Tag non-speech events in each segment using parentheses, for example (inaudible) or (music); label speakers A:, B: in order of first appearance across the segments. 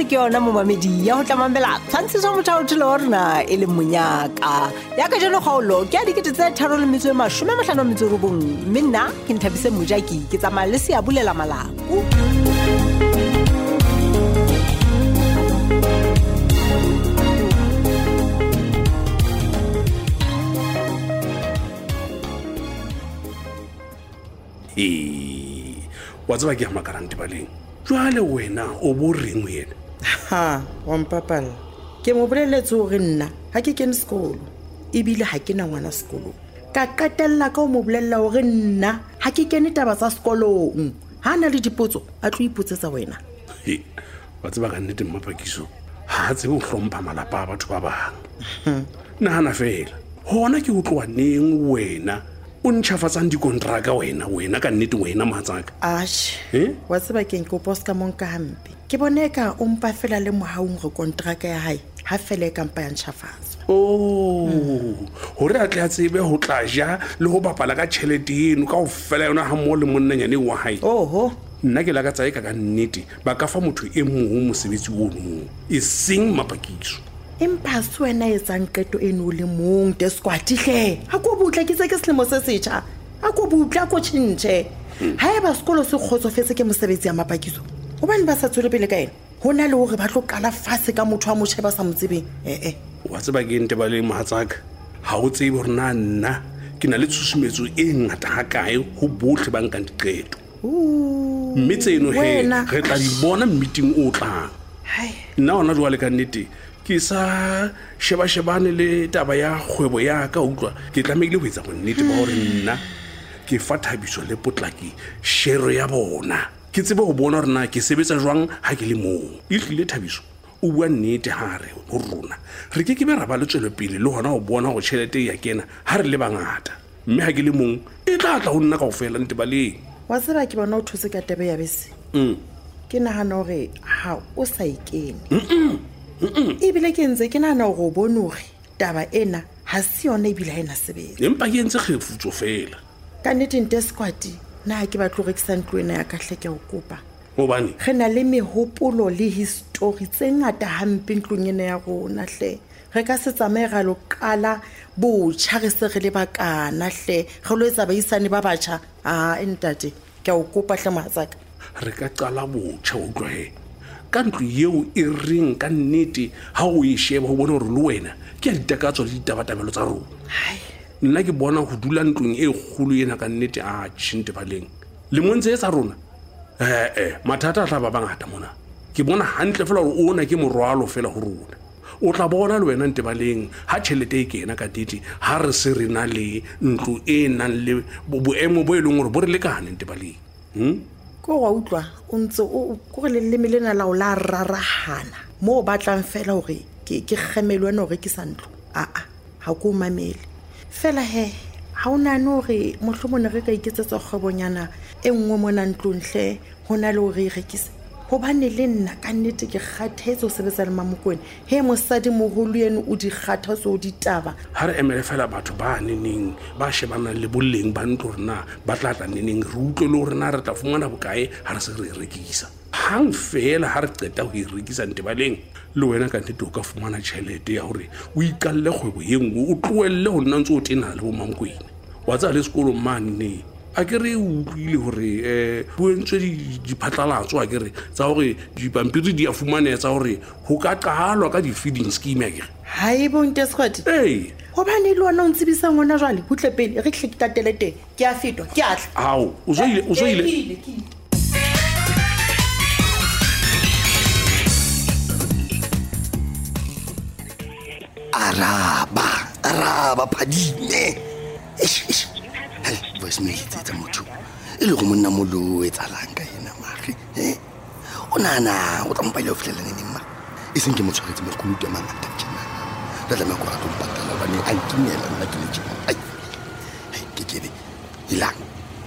A: e ke yona momamedi ya go tlamamela tshwantshiso mothaothelo wa rona e leng monyaka ya ka jalo kgaolo ke a dikete tse tharo le metso e masome matlhano metso robong mme nna ke nthabise mojaki ke tsamaya le seabolela malako
B: ee wa tseba ke ya makarang tebaleng jwale wena o bo reng ena
C: ha wampapalla ke mo boleletse gore nna ga ke kene sekolo ebile ga ke na ngwana sekolong ka qetelela ka o mo bolelela gore nna ga ke kene taba tsa sekolong ga a na le dipotso a tlo ipotsetsa wena
B: He, wa tseba ka nnete mmapakiso ga a tsebe o tlhompha malapa a batho ba bangwe nagana fela gona ke utlowa neng wena o ntšhafatsang dikontraka wena wena ka nnete wena mogatsaka
C: ashe
B: Eh?
C: wa tsebakeng ke oposa ka monka gampe ke bone ka o mpa fela le mogaung gore kontraka ya gae ga fela e kampa ya ntšhafatso
B: o gore Oh, a tle a tsebe go tla ja le go bapala ka tšhelete eno ka go fela yona ga mmogo le monnanyaneng wa gae
C: oho
B: nna ke lakatsa e ka ka nnete ba ka fa motho e mongwe mosebetsi ono e seng mapakiso
C: empa se wena e etsang qeto eno o le mong te sekwatitlhe a ko butla ke tse ke selemo se setšha a ko butla a ko tšhintšhe ga e ba sekolo se kgotsofetse ke mosebetsi ya mapakiso gobane ba sa tshwere pele ka ena go na le gore ba tlo kala fase ka motho wa motšhe ba sa mo tsebeng ee
B: wa tseba ke ente ba le mogatsaka ga o tsebe gore na nna ke na le tshosometso e ngata ga kae go botlhe ba nkang diqeto mme tseno he
C: wena.
B: re tla di bona mmeeting o o tlang
C: hai
B: nna gona jwa le ka nnete ke sa sheba-shebane le taba ya kgwebo ya ka utlwa ke tlamehile go etsa bonnete ba gore nna ke fa thabiso le potlaki shero ya bona ke tsebe go bona gore na ke sebetsa jwang ga ke le moo etlile thabiso o bua nnete ga re go rona re ke kebe ra ba letswelopele le gona go bona go tšhelete ya kena ga re le bangata mme ga ke le mong e tla tla go nna kao fela nte baleng
C: wa tseba ke bona o thuse ka tebe ya bese
B: Hmm.
C: ke nagana gore ga o sa ikene ebile ke ntse ke nagana gore o bone gore taba ena ga se yone ebile ga e na sebetsa
B: empa ke entse kgefutso fela
C: ka nnetente sekwati na ha ke batlo rekisa ntlo ena ya katlhe ke o kopa
B: gobane
C: re na le megopolo le histori tse ngata hampe ntlong ena ya rona hle re ka se tsamaye ra lo qala botjha re se re le bakana hle re lo etsa baisane ba batjha a entate ke a o kopa hle mogatsaka
B: re ka qala botjha o utlwae ka ntlo eo e reng ka nnete ga o e sheba go bona gore le wena ke a ditakatso le ditabatabelo tsa rona nna ke bona go dula ntlong e kgolo ena ka nnete a tšhente baleng lemontse e tsa rona ee mathata a tla ba bangata mona ke bona gantle fela gore ona ke morwalo fela go rona o tla bona le wena ntebaleng ga tšhelete e kena ka tete ga re se re na le ntlo e e nang le bo- boemo bo e leng gore bo re lekane ntebaleng Hmm?
C: ko wa utlwa o ntse o- o- ko re leleme lena lao la raragana mo o batlang fela gore ke ke kgemelwe wena o rekisa ntlo aa ga ko o mamele fela he ga o nane gore motlhomone re ka iketsetsa kgwebonyana e nngwe mo na ntlontle go na le gore e rekise gobane le nna ka nnete ke kgathetse o sebetsa le mamokwene he mosadi mogolo eno o di kgatha o se o ditaba
B: ha re emele fela batho ba neneng ba shebanang le boleng ba ntlo rena ba tla tla neneng re utlwe le gore na re tla fumana bokae ha re se re e rekisa hang fela ha re qeta go e rekisa ntebaleng le wena ka nnete o ka fumana tšhelete ya gore o ikalle kgwebo ye nngwe o tloelele go nna ntse o tena le bomankwene wa tsaya le sekolong manne a ke re o utlwile gore um boentswe diphatlhalatso a kere tsa gore dipampiri di a fumaneya tsa gore go ka qalwa ka di-feeding scheme a kere
C: ga e bonte sekgwati
B: ee
C: gobane le ona o ntsebisang gona jale butle pele re tlhe ke tatele teng ke a fetwa ke atla
B: ao o so ile- o so ile
D: araba araba phadime Eish, eish. Hai, voice mail e tsetsa motho e le go monna molo o e tsalang ka ena mage e o nana o tla mopaile o fitlhelaneneng ma e seng ke motshwaretse mekgoloto a mangata jena re tlameya ko rata mpatala obane a nkinela nna ke le jena ai ai ke kebe elang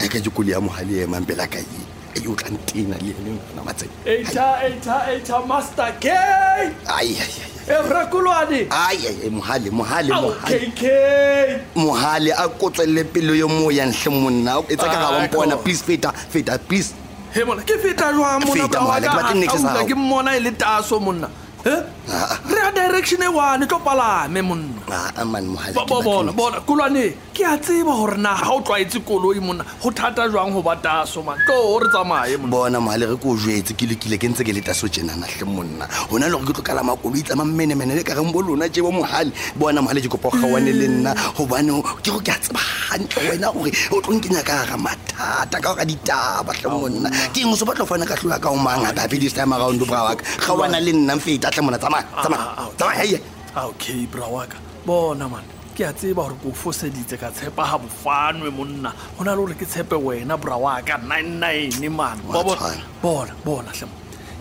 D: a ka jekole ya mogale e emang pela ka e e o tlantena le ene ona matsena
E: eita eita eita master k
D: ai ai, ai,
E: evrakulwane
D: ai ai ai mogale mogale
E: ao
D: mogale
E: kk
D: mohale a ko tswelele pelo yo moo yantlhe monna e tsa ka ga
E: Ah,
D: wampona
E: ko.
D: please feta feta please
E: he mona ke feta jwang mona
D: Feta,
E: ka wa
D: mohala, ke Ah.
E: ka
D: batle niks
E: a
D: sa
E: utlwa
D: hao.
E: ke mmona e le taso monna he re ya direction e one tlo palame monna
D: aa mane Ah, mohale
E: Bo-
D: ke
E: bo- bona
D: batla-
E: bona kolwane ke a tseba gore na ga o tlwaetse koloi monna go thata jwang go ba taso man tlo o re tsamaye monna
D: bona mohale re ko o jetse ke lekile ke ntse ke le taso tjenanatlhe monna go na le gore ke tlo kala makoloi tsamang menemene le kareng bo lona jebo mohale bona mohale ke kopa o gaoane le nna gobane ke go ke a tseba gantle wena gore o tlong kenya ka gara mathata ka gora ditaba
E: Oh,
D: tlhe monna ke eng o se batla go fana ka tlhoa ka o mangata ape this time around brawaka gaoana le nnang feta tlhe mona tsamaya
E: Ah, ah,
D: tsamaya tsamaya hei.
E: Ah, okay bra waka bona man ke a tseba gore ke o foseditse ka tshepa ga bofanwe monna go na le gore ke tshepe wena bra waka nine nine man
D: Wa
E: Bo- bo-
D: tshwana.
E: bona bona tlhe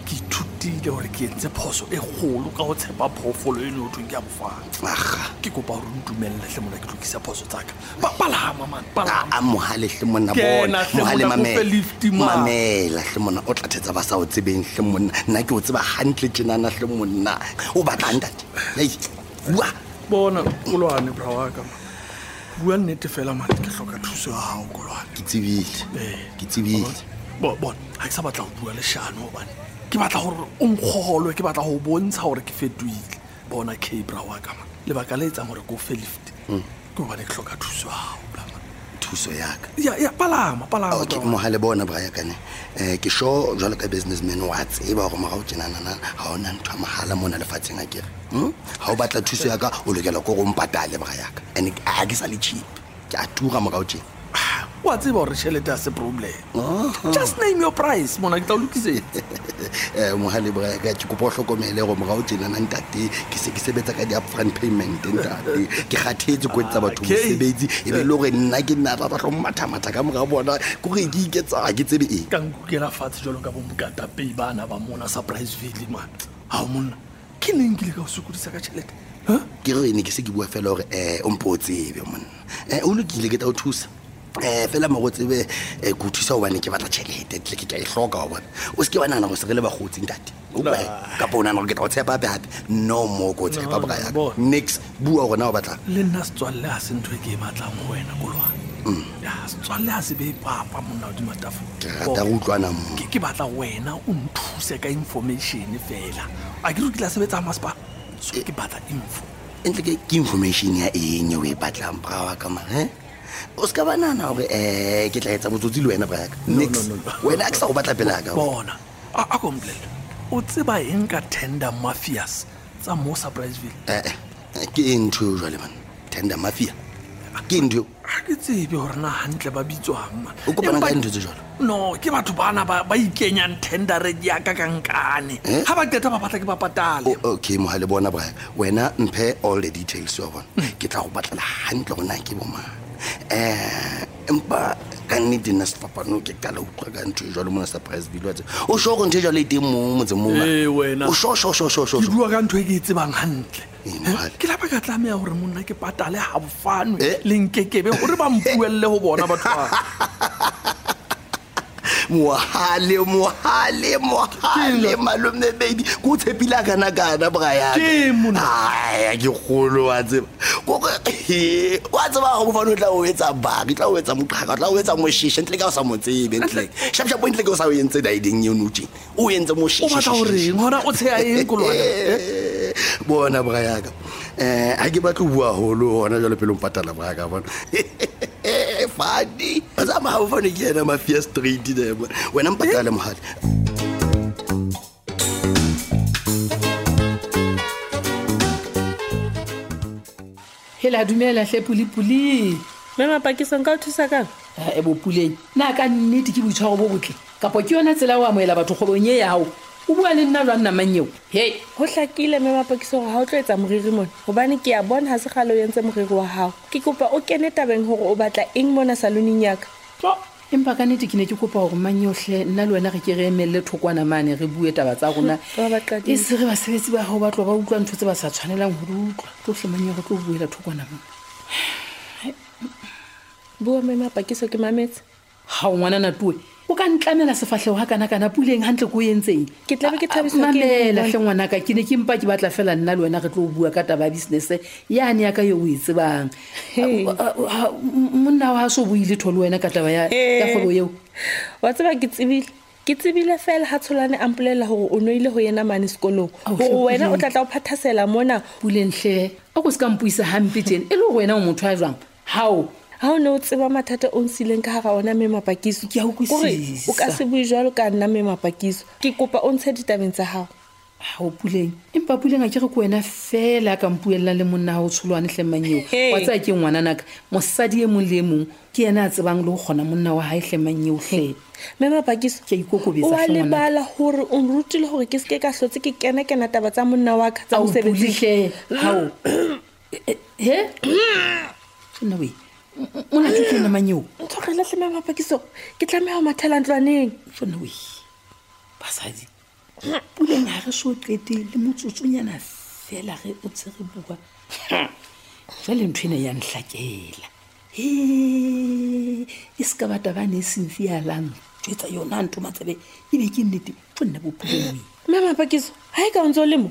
E: ke ithutile gore ke entse phoso e kgolo ka go tshepa phoofolo e ne o thweng ke a bofane
D: aga
E: ke kopa gore o ntumelele tlhe mona ke tlokisa phoso tsaka Ba- palama man palama
D: a mohale hle monna
E: Kena
D: bona
E: hle
D: mohale
E: monna, kope lift, ma.
D: mamela hle monna o tla thetsa ba sa o tsebeng hle monna nna ke o tseba gantle tenana hle monna o batlang tate Hei, bua
E: bona kolwane bra waka man. bua nnete fela man ke tlhoka thuso ya gago kolwane
D: ke tsebile
E: Eh.
D: ke tsebile
E: Bo- bona ga ke sa batla go bua le shano gobane ke batla gore o nkgolwe ke batla go bontsha gore ke fetoile bona cabra wa kama lebaka le etsang gore ke o fe lift ke gobane ke tlhoka thuso gago
D: thuso yaka
E: palama palama
D: okay
E: bra.
D: mohale bona bryakane um ke sure jalo ka businessman wa tseba gore morago tenanana ga ona ntho ya mahala mona lefatsheng a kere ga o batla thuso yaka o lokela ko gore mpatale bryaka and ga ke sa le cheap ke a tura morago teng
E: Ah, wa tseba gore tšhelete ya se problem just name your price mona ke tla o lokisetsa
D: Eh, mohale braka ke kopa o tlhokomele gore morao tenana ntate ke se ke sebetsa ka di-upfront payment ntate ke kgathetse ko etsa batho
E: Ah, Okay.
D: mosebetsi e be le gore nna ke nna ba batlo mmathamatha ka mora bona kore ke iketsa ga ke tsebe eng
E: ka nkukela fatshe jalo ka bombokatapei bana ba mona surprise vile man gao monna ke neng kile ka o sokodisa ka tšhelete Huh?
D: ke re ne ke se ke bua fela gore um o mpo o tsebe monna um o lokile ke tla o thusa um fela mo go tsebe um ke o thusa gobane ke batla tšhelete tle ke ka e tlhoka wa bona o seke wa nagana go se re le bagotsing tate kapa o nagana gore ke tla go tshepa gape-gape no mo ko o
E: No,
D: tshepa
E: no,
D: braka
E: bona.
D: nix bua gona o batlang
E: le nna setswalle ga se ntho e ke e batlang go wena kolwane Ya, setswalle ga se bee papa monna odimo
D: Mm. ke rata go utlwana moo
E: ke batla wena o nthuse ka information fela a ke re o kile a sebetsa masepala so ke batla info
D: e ntle ke ke information ya eng o e batlang brawa ka mare o se ka ba nana gore um ke tla etsa botsotsi le wena braka nix
E: no, no.
D: wena a ke sa go batla pelaka
E: bona a a ko mpolelela, o tseba eng ka tender mafias tsa mo surpriseville
D: ee Eh, ke e ntho eo jwale man tender mafia ke e ntho eo
E: ga ke tsebe gore na hantle ba bitswang man.
D: o kopana
E: Empa-
D: ka ntho tse jalo
E: no ke batho bana ba ba ikenyang tendere jaaka kankane
D: Eh?
E: ga ba qeta ba batla ke ba patale
D: okay mogale bona bra wena mphe all the details wa bona
E: Mm.
D: ke tla go batlela gantle go na ke bomang um empa ka nnete nna sefapano ke ka la utlwa ka ntho e jalo mona surprise bile wa tseba o sure gore ntho e jalo e teng mo motseng mo
E: Eh, wena.
D: o sure sure sure sure sure
E: ke
D: sure
E: bua ka ntho e ke e tsebang gantle
D: Eh, mohale.
E: ke lapa ka tlameya gore monna ke patale gabofanwe
D: Eh?
E: le nkekebe gore ba mpuelele go bona batho ba
D: mohale mohale mohale malome baby ke o tshepile a kana-kana
E: Ke mona.
D: brayaya ke kgolo wa tseba kore wa tseba go mofane o tla o etsa baki tla o etsa moqhaka o tla o etsa mosheshe ntle ka o sa mo tsebe ntleke shapshapo ntle ke o sa o entse daideng eno teng o entse
E: o batla goreng gona o tsheya eng kolwane
D: Eh, bona brayaka um ga ke batle o bua golo gona jalo pele o mpatala brayaka bona Eh, fadi o tsamaafane ke ena mafia straight ne bona. wena mpatale mogale
F: hela dumela hle pulipuli
G: mema pakisong ka o thusa kang
F: Ah, e bopuleng na ka nnete ke boitshwaro bo botle kapo ke yona tsela ya ho amoela batho kgobong ye yago o bua le nna jwang namang eo he
G: go tlakile mema pakisong ga o tlo etsa moriri mone gobane ke a bona ga se gale o entse moriri wa gago ke kopa o kene tabeng gore o batla eng mona saloning yaka
F: empa ka nnete ke ne ke kopa gore mang yotlhe nna le wena re ke re emelele thokwana mane re bue taba tsa rona
G: Ba ba qadile.
F: e se re basebetsi ba gago ba tloa ba utlwa ntho tse ba sa tshwanelang go di utlwa tlotlhe mang yo re tlo buela thokwana mone
G: bua mema pakiso ke mametse
F: ga o ngwanana tue o ka ntlamela sefatlhego ga kana-kana puleng gantle ko o entseng Ah,
G: Ke tla be ke thabiswa ke eng,
F: mamela
G: Ngwane?
F: tlhe ngwanaka ke ne ke mpa ke batla fela nna le wena re tlo bua ka taba ya business yane yaka yo o e tsebang Ah,
G: Hei.
F: A- a- a- a- monna wa so boile tho le wena ka taba ya
G: Hei.
F: ya kgwebo eo
G: wa tseba ke tsebile ke tsebile fela ha tsholwane a mpolelela gore o noile go yena mane sekolong
F: Ao,
G: gore wena o
F: hlopholeng.
G: tla tla o phathasela mona
F: pulentlhe a ko se ka mpuisa gampe tene e le gore wena o motho a jwang gao
G: ha o ne o tseba mathata o nsileng ka gara ona memapakiso
F: Ke a utlwisisa.
G: o ka se bue jalo ka nna memapakiso ke kopa o ntshe ditabeng tsa gago
F: gao puleng empa puleng a ke re ko wena fela a ka mpuelelang le monna ga o tsholwane tlhemanyeo
G: Hey.
F: wa tsaya ke ngwananaka mosadi e mongwe le e mongwe ke ena a tsebang le go kgona monna wa gae tlhemanyeo tlhe
G: memapakiso
F: Ke a ikokobetsa
G: o a
F: hle ngwanaka.
G: lebala gore o nrutile gore ke seke ka tlhotse ke kena-kena taba tsa monna wa ka tsa
F: ao
G: mosebetsing
F: pulitlhe gao Eh, he nna oe monate ke namanyeo
G: ntshogeletle memapakiso ke tlameya go mathela ntlwaneng
F: tsone oe basadi puleng ga re so qete le motsotsonyana fela ge o tse re bua jale ntho ene ya ntlhakela he e se ka batho ba ne e senfialang tswetsa yona nto matsebe ebe ke nnete tso nna bopuleng
G: memapakiso ga e ka o ntse o le mo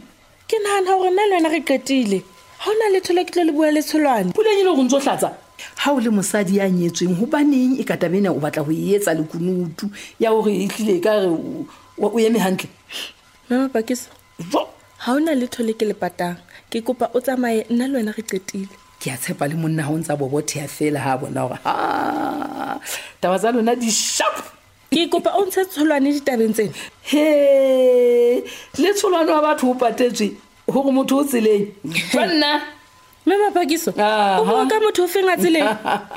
G: ke nagana gore nna le wena re qetile ga o na letho le ke tlo le bua le tsholwane
F: puleng e le go ntse o tlatsa ga o le mosadi ya nyetsweng gobaneng e katabena o batla go e etsa le kunutu ya gore e tlile ka re o eme gantle
G: memapakiso ga o na letho le ke le patang ke kopa o tsamaye nna le wena re qetile
F: ke a tshepa le monna go ntse a bobothea fela ga a bona gore ha taba tsa lona di-sharp
G: ke kopa o ntshe tsholwane ditabeng tsena
F: he le tsholwane wa batho o patetswe gore motho o tseleng jwa nna
G: memapakiso
F: Aha.
G: o bua ka motho o feng a tseleng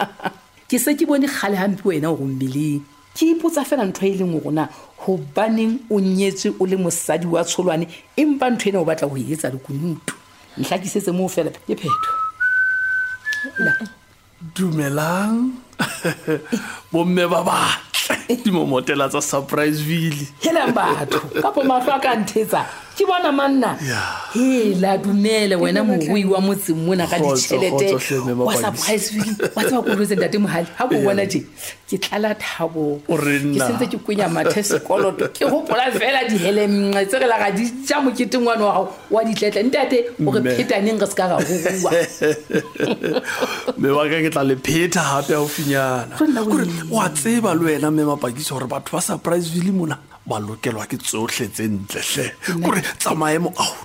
F: (laughs) ke se ke bone kgale gampe wena o go mmeleng ke ipotsa fela ntho e leng gorona gobaneng o nyetswe o le mosadi wa tsholwane empa ntho ena o batla go e etsa le konutu ntlha ke setse moo fela ke phetho
E: dumelang (laughs) bomme ba batle dimomotela tsa surpriseville
F: helang batho kapo mahlo a ka nthetsa ke bona manna hela dumele wena morui wa motseng mona ka
E: Kgotso,
F: ditšhelete
E: kgotso hle, mme
F: wa
E: Mapadi.
F: surprise week wa tseba kolotseng tate mogale ga ko bona je ke tlala thabo
E: O re
F: ke
E: na.
F: sentse ke kwenya mathe sekoloto ke gopola fela dihelemnxe tse re la ga di ja moketeng wa noago wa ditletle ntate o re
E: Mme.
F: phetaneng re se ka ra rorua
E: (laughs) mme wa ka ke tla le pheta gape gaufinyana
F: Tlo nna o
E: kore
F: eng?
E: oa tseba le wena mme mapakiso gore batho ba surpriseville mona ba lokelwa ke tsotlhe tse ntletlhe kore tsa maemo ao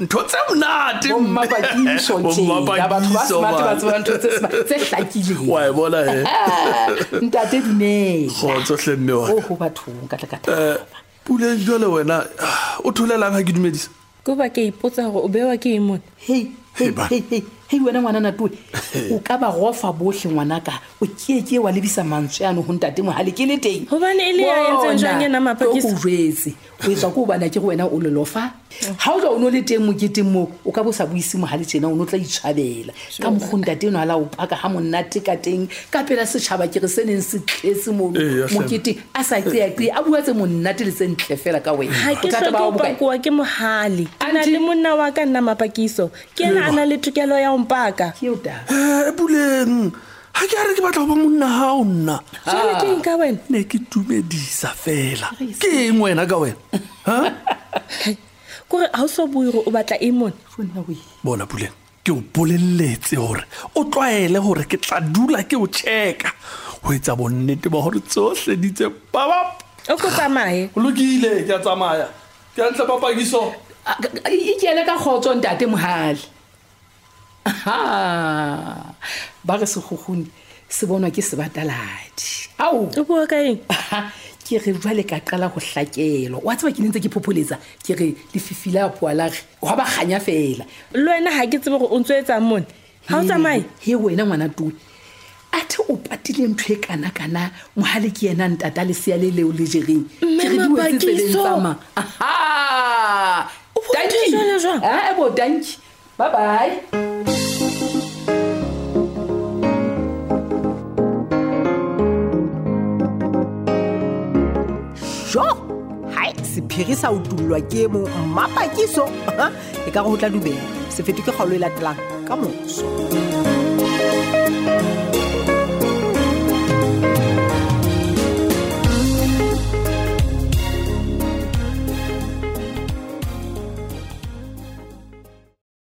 E: ntho tse monate
F: Bo
E: mme.
F: Mmapakiso
E: Bo
F: tjena, batho ba
E: Mmapakiso,
F: smart ba
E: man.
F: tseba ntho tse sma- tse hlakileng.
E: wa e bona e
F: Ah, ntate dumela
E: kgotsotlhe mme wa Eh,
F: o go bathong ka tlekata
E: puleng jale wena ah, o tholelang ga ke dumedisa
G: koba ke a ipotsa gore o bewa ke eng mone
F: hei hei,
E: bana.
F: hei, hei, hei wena ngwana natue o ka ba gofa botlhe ngwanaka o keeke wa lebisa mantswe ano go ntate ngwagale ke le teng
G: Hobane e le ya entseng jwang ena Mapakiso?
F: o jetse o etsa ko obana ke go wena o lolofa ga o tla o ne o le teng moketeng moo o ka bo sa boise mogale tsena o ne o tla itshwabela ka mokgo ntate eno ala o paka ga monate ka teng ka pela setšhaba ke re se neng se tletse mo
E: Ee, ya hleng.
F: moketeng a sa tseyatseye a bua tse monate le tse ntle fela ka wena
G: ga ke
F: Bothata
G: tlhoke
F: ba hao
G: o
F: bo kae?
G: pakuwa ke mogale a na
F: Auntie-
G: le monna wa ka nna mapakiso ke ena a na le tokelo ya ompaka
F: Ke o taba.
E: Eh, puleng ga ke a re ke batla go ba monna gao nna
G: jale ke eng ka wena
E: ne ke dumedisa fela ke eng wena ka wena Ha?
G: kore ga o so boiro o batla eng mone
F: Fonna wee.
E: bona puleng ke o boleletse gore o tlwaele gore ke tla dula ke o checka go etsa bonnete ba gore tsotlhe di tse babap
G: o ko tsamaye
E: o lokile ke a tsamaya ke a ntle papakiso
F: A- a- e kene ka kgotso ntate mogale aha ba re segogone se bonwa ke sebataladi ao
G: o bua ka eng
F: aha, ke re jale ka qala go tlakelwa wa tseba ke ne ntse ke phopholetsa ke re lefifi la poalage gwa ba kganya fela
G: le wena ga ke tsebe gore o ntse o etsang mone ga o tsamaye
F: he wena ngwana tule a the o patile ntho e kana-kana mogale ke yena ntata lesea le leo le jereng
G: Mme
F: Ke re di wetse
G: Mapakiso!
F: tseleng tsa ma. Aha!
G: O bua ntho e
F: Tanki!
G: jwalo jwang?
F: Ah, e bo tanki bye bye
A: jo hai sephiri sa utullwa ke mo (laughs) mmapakiso e ka re go tla dumela se fetoke kgaolo e latelang ka moso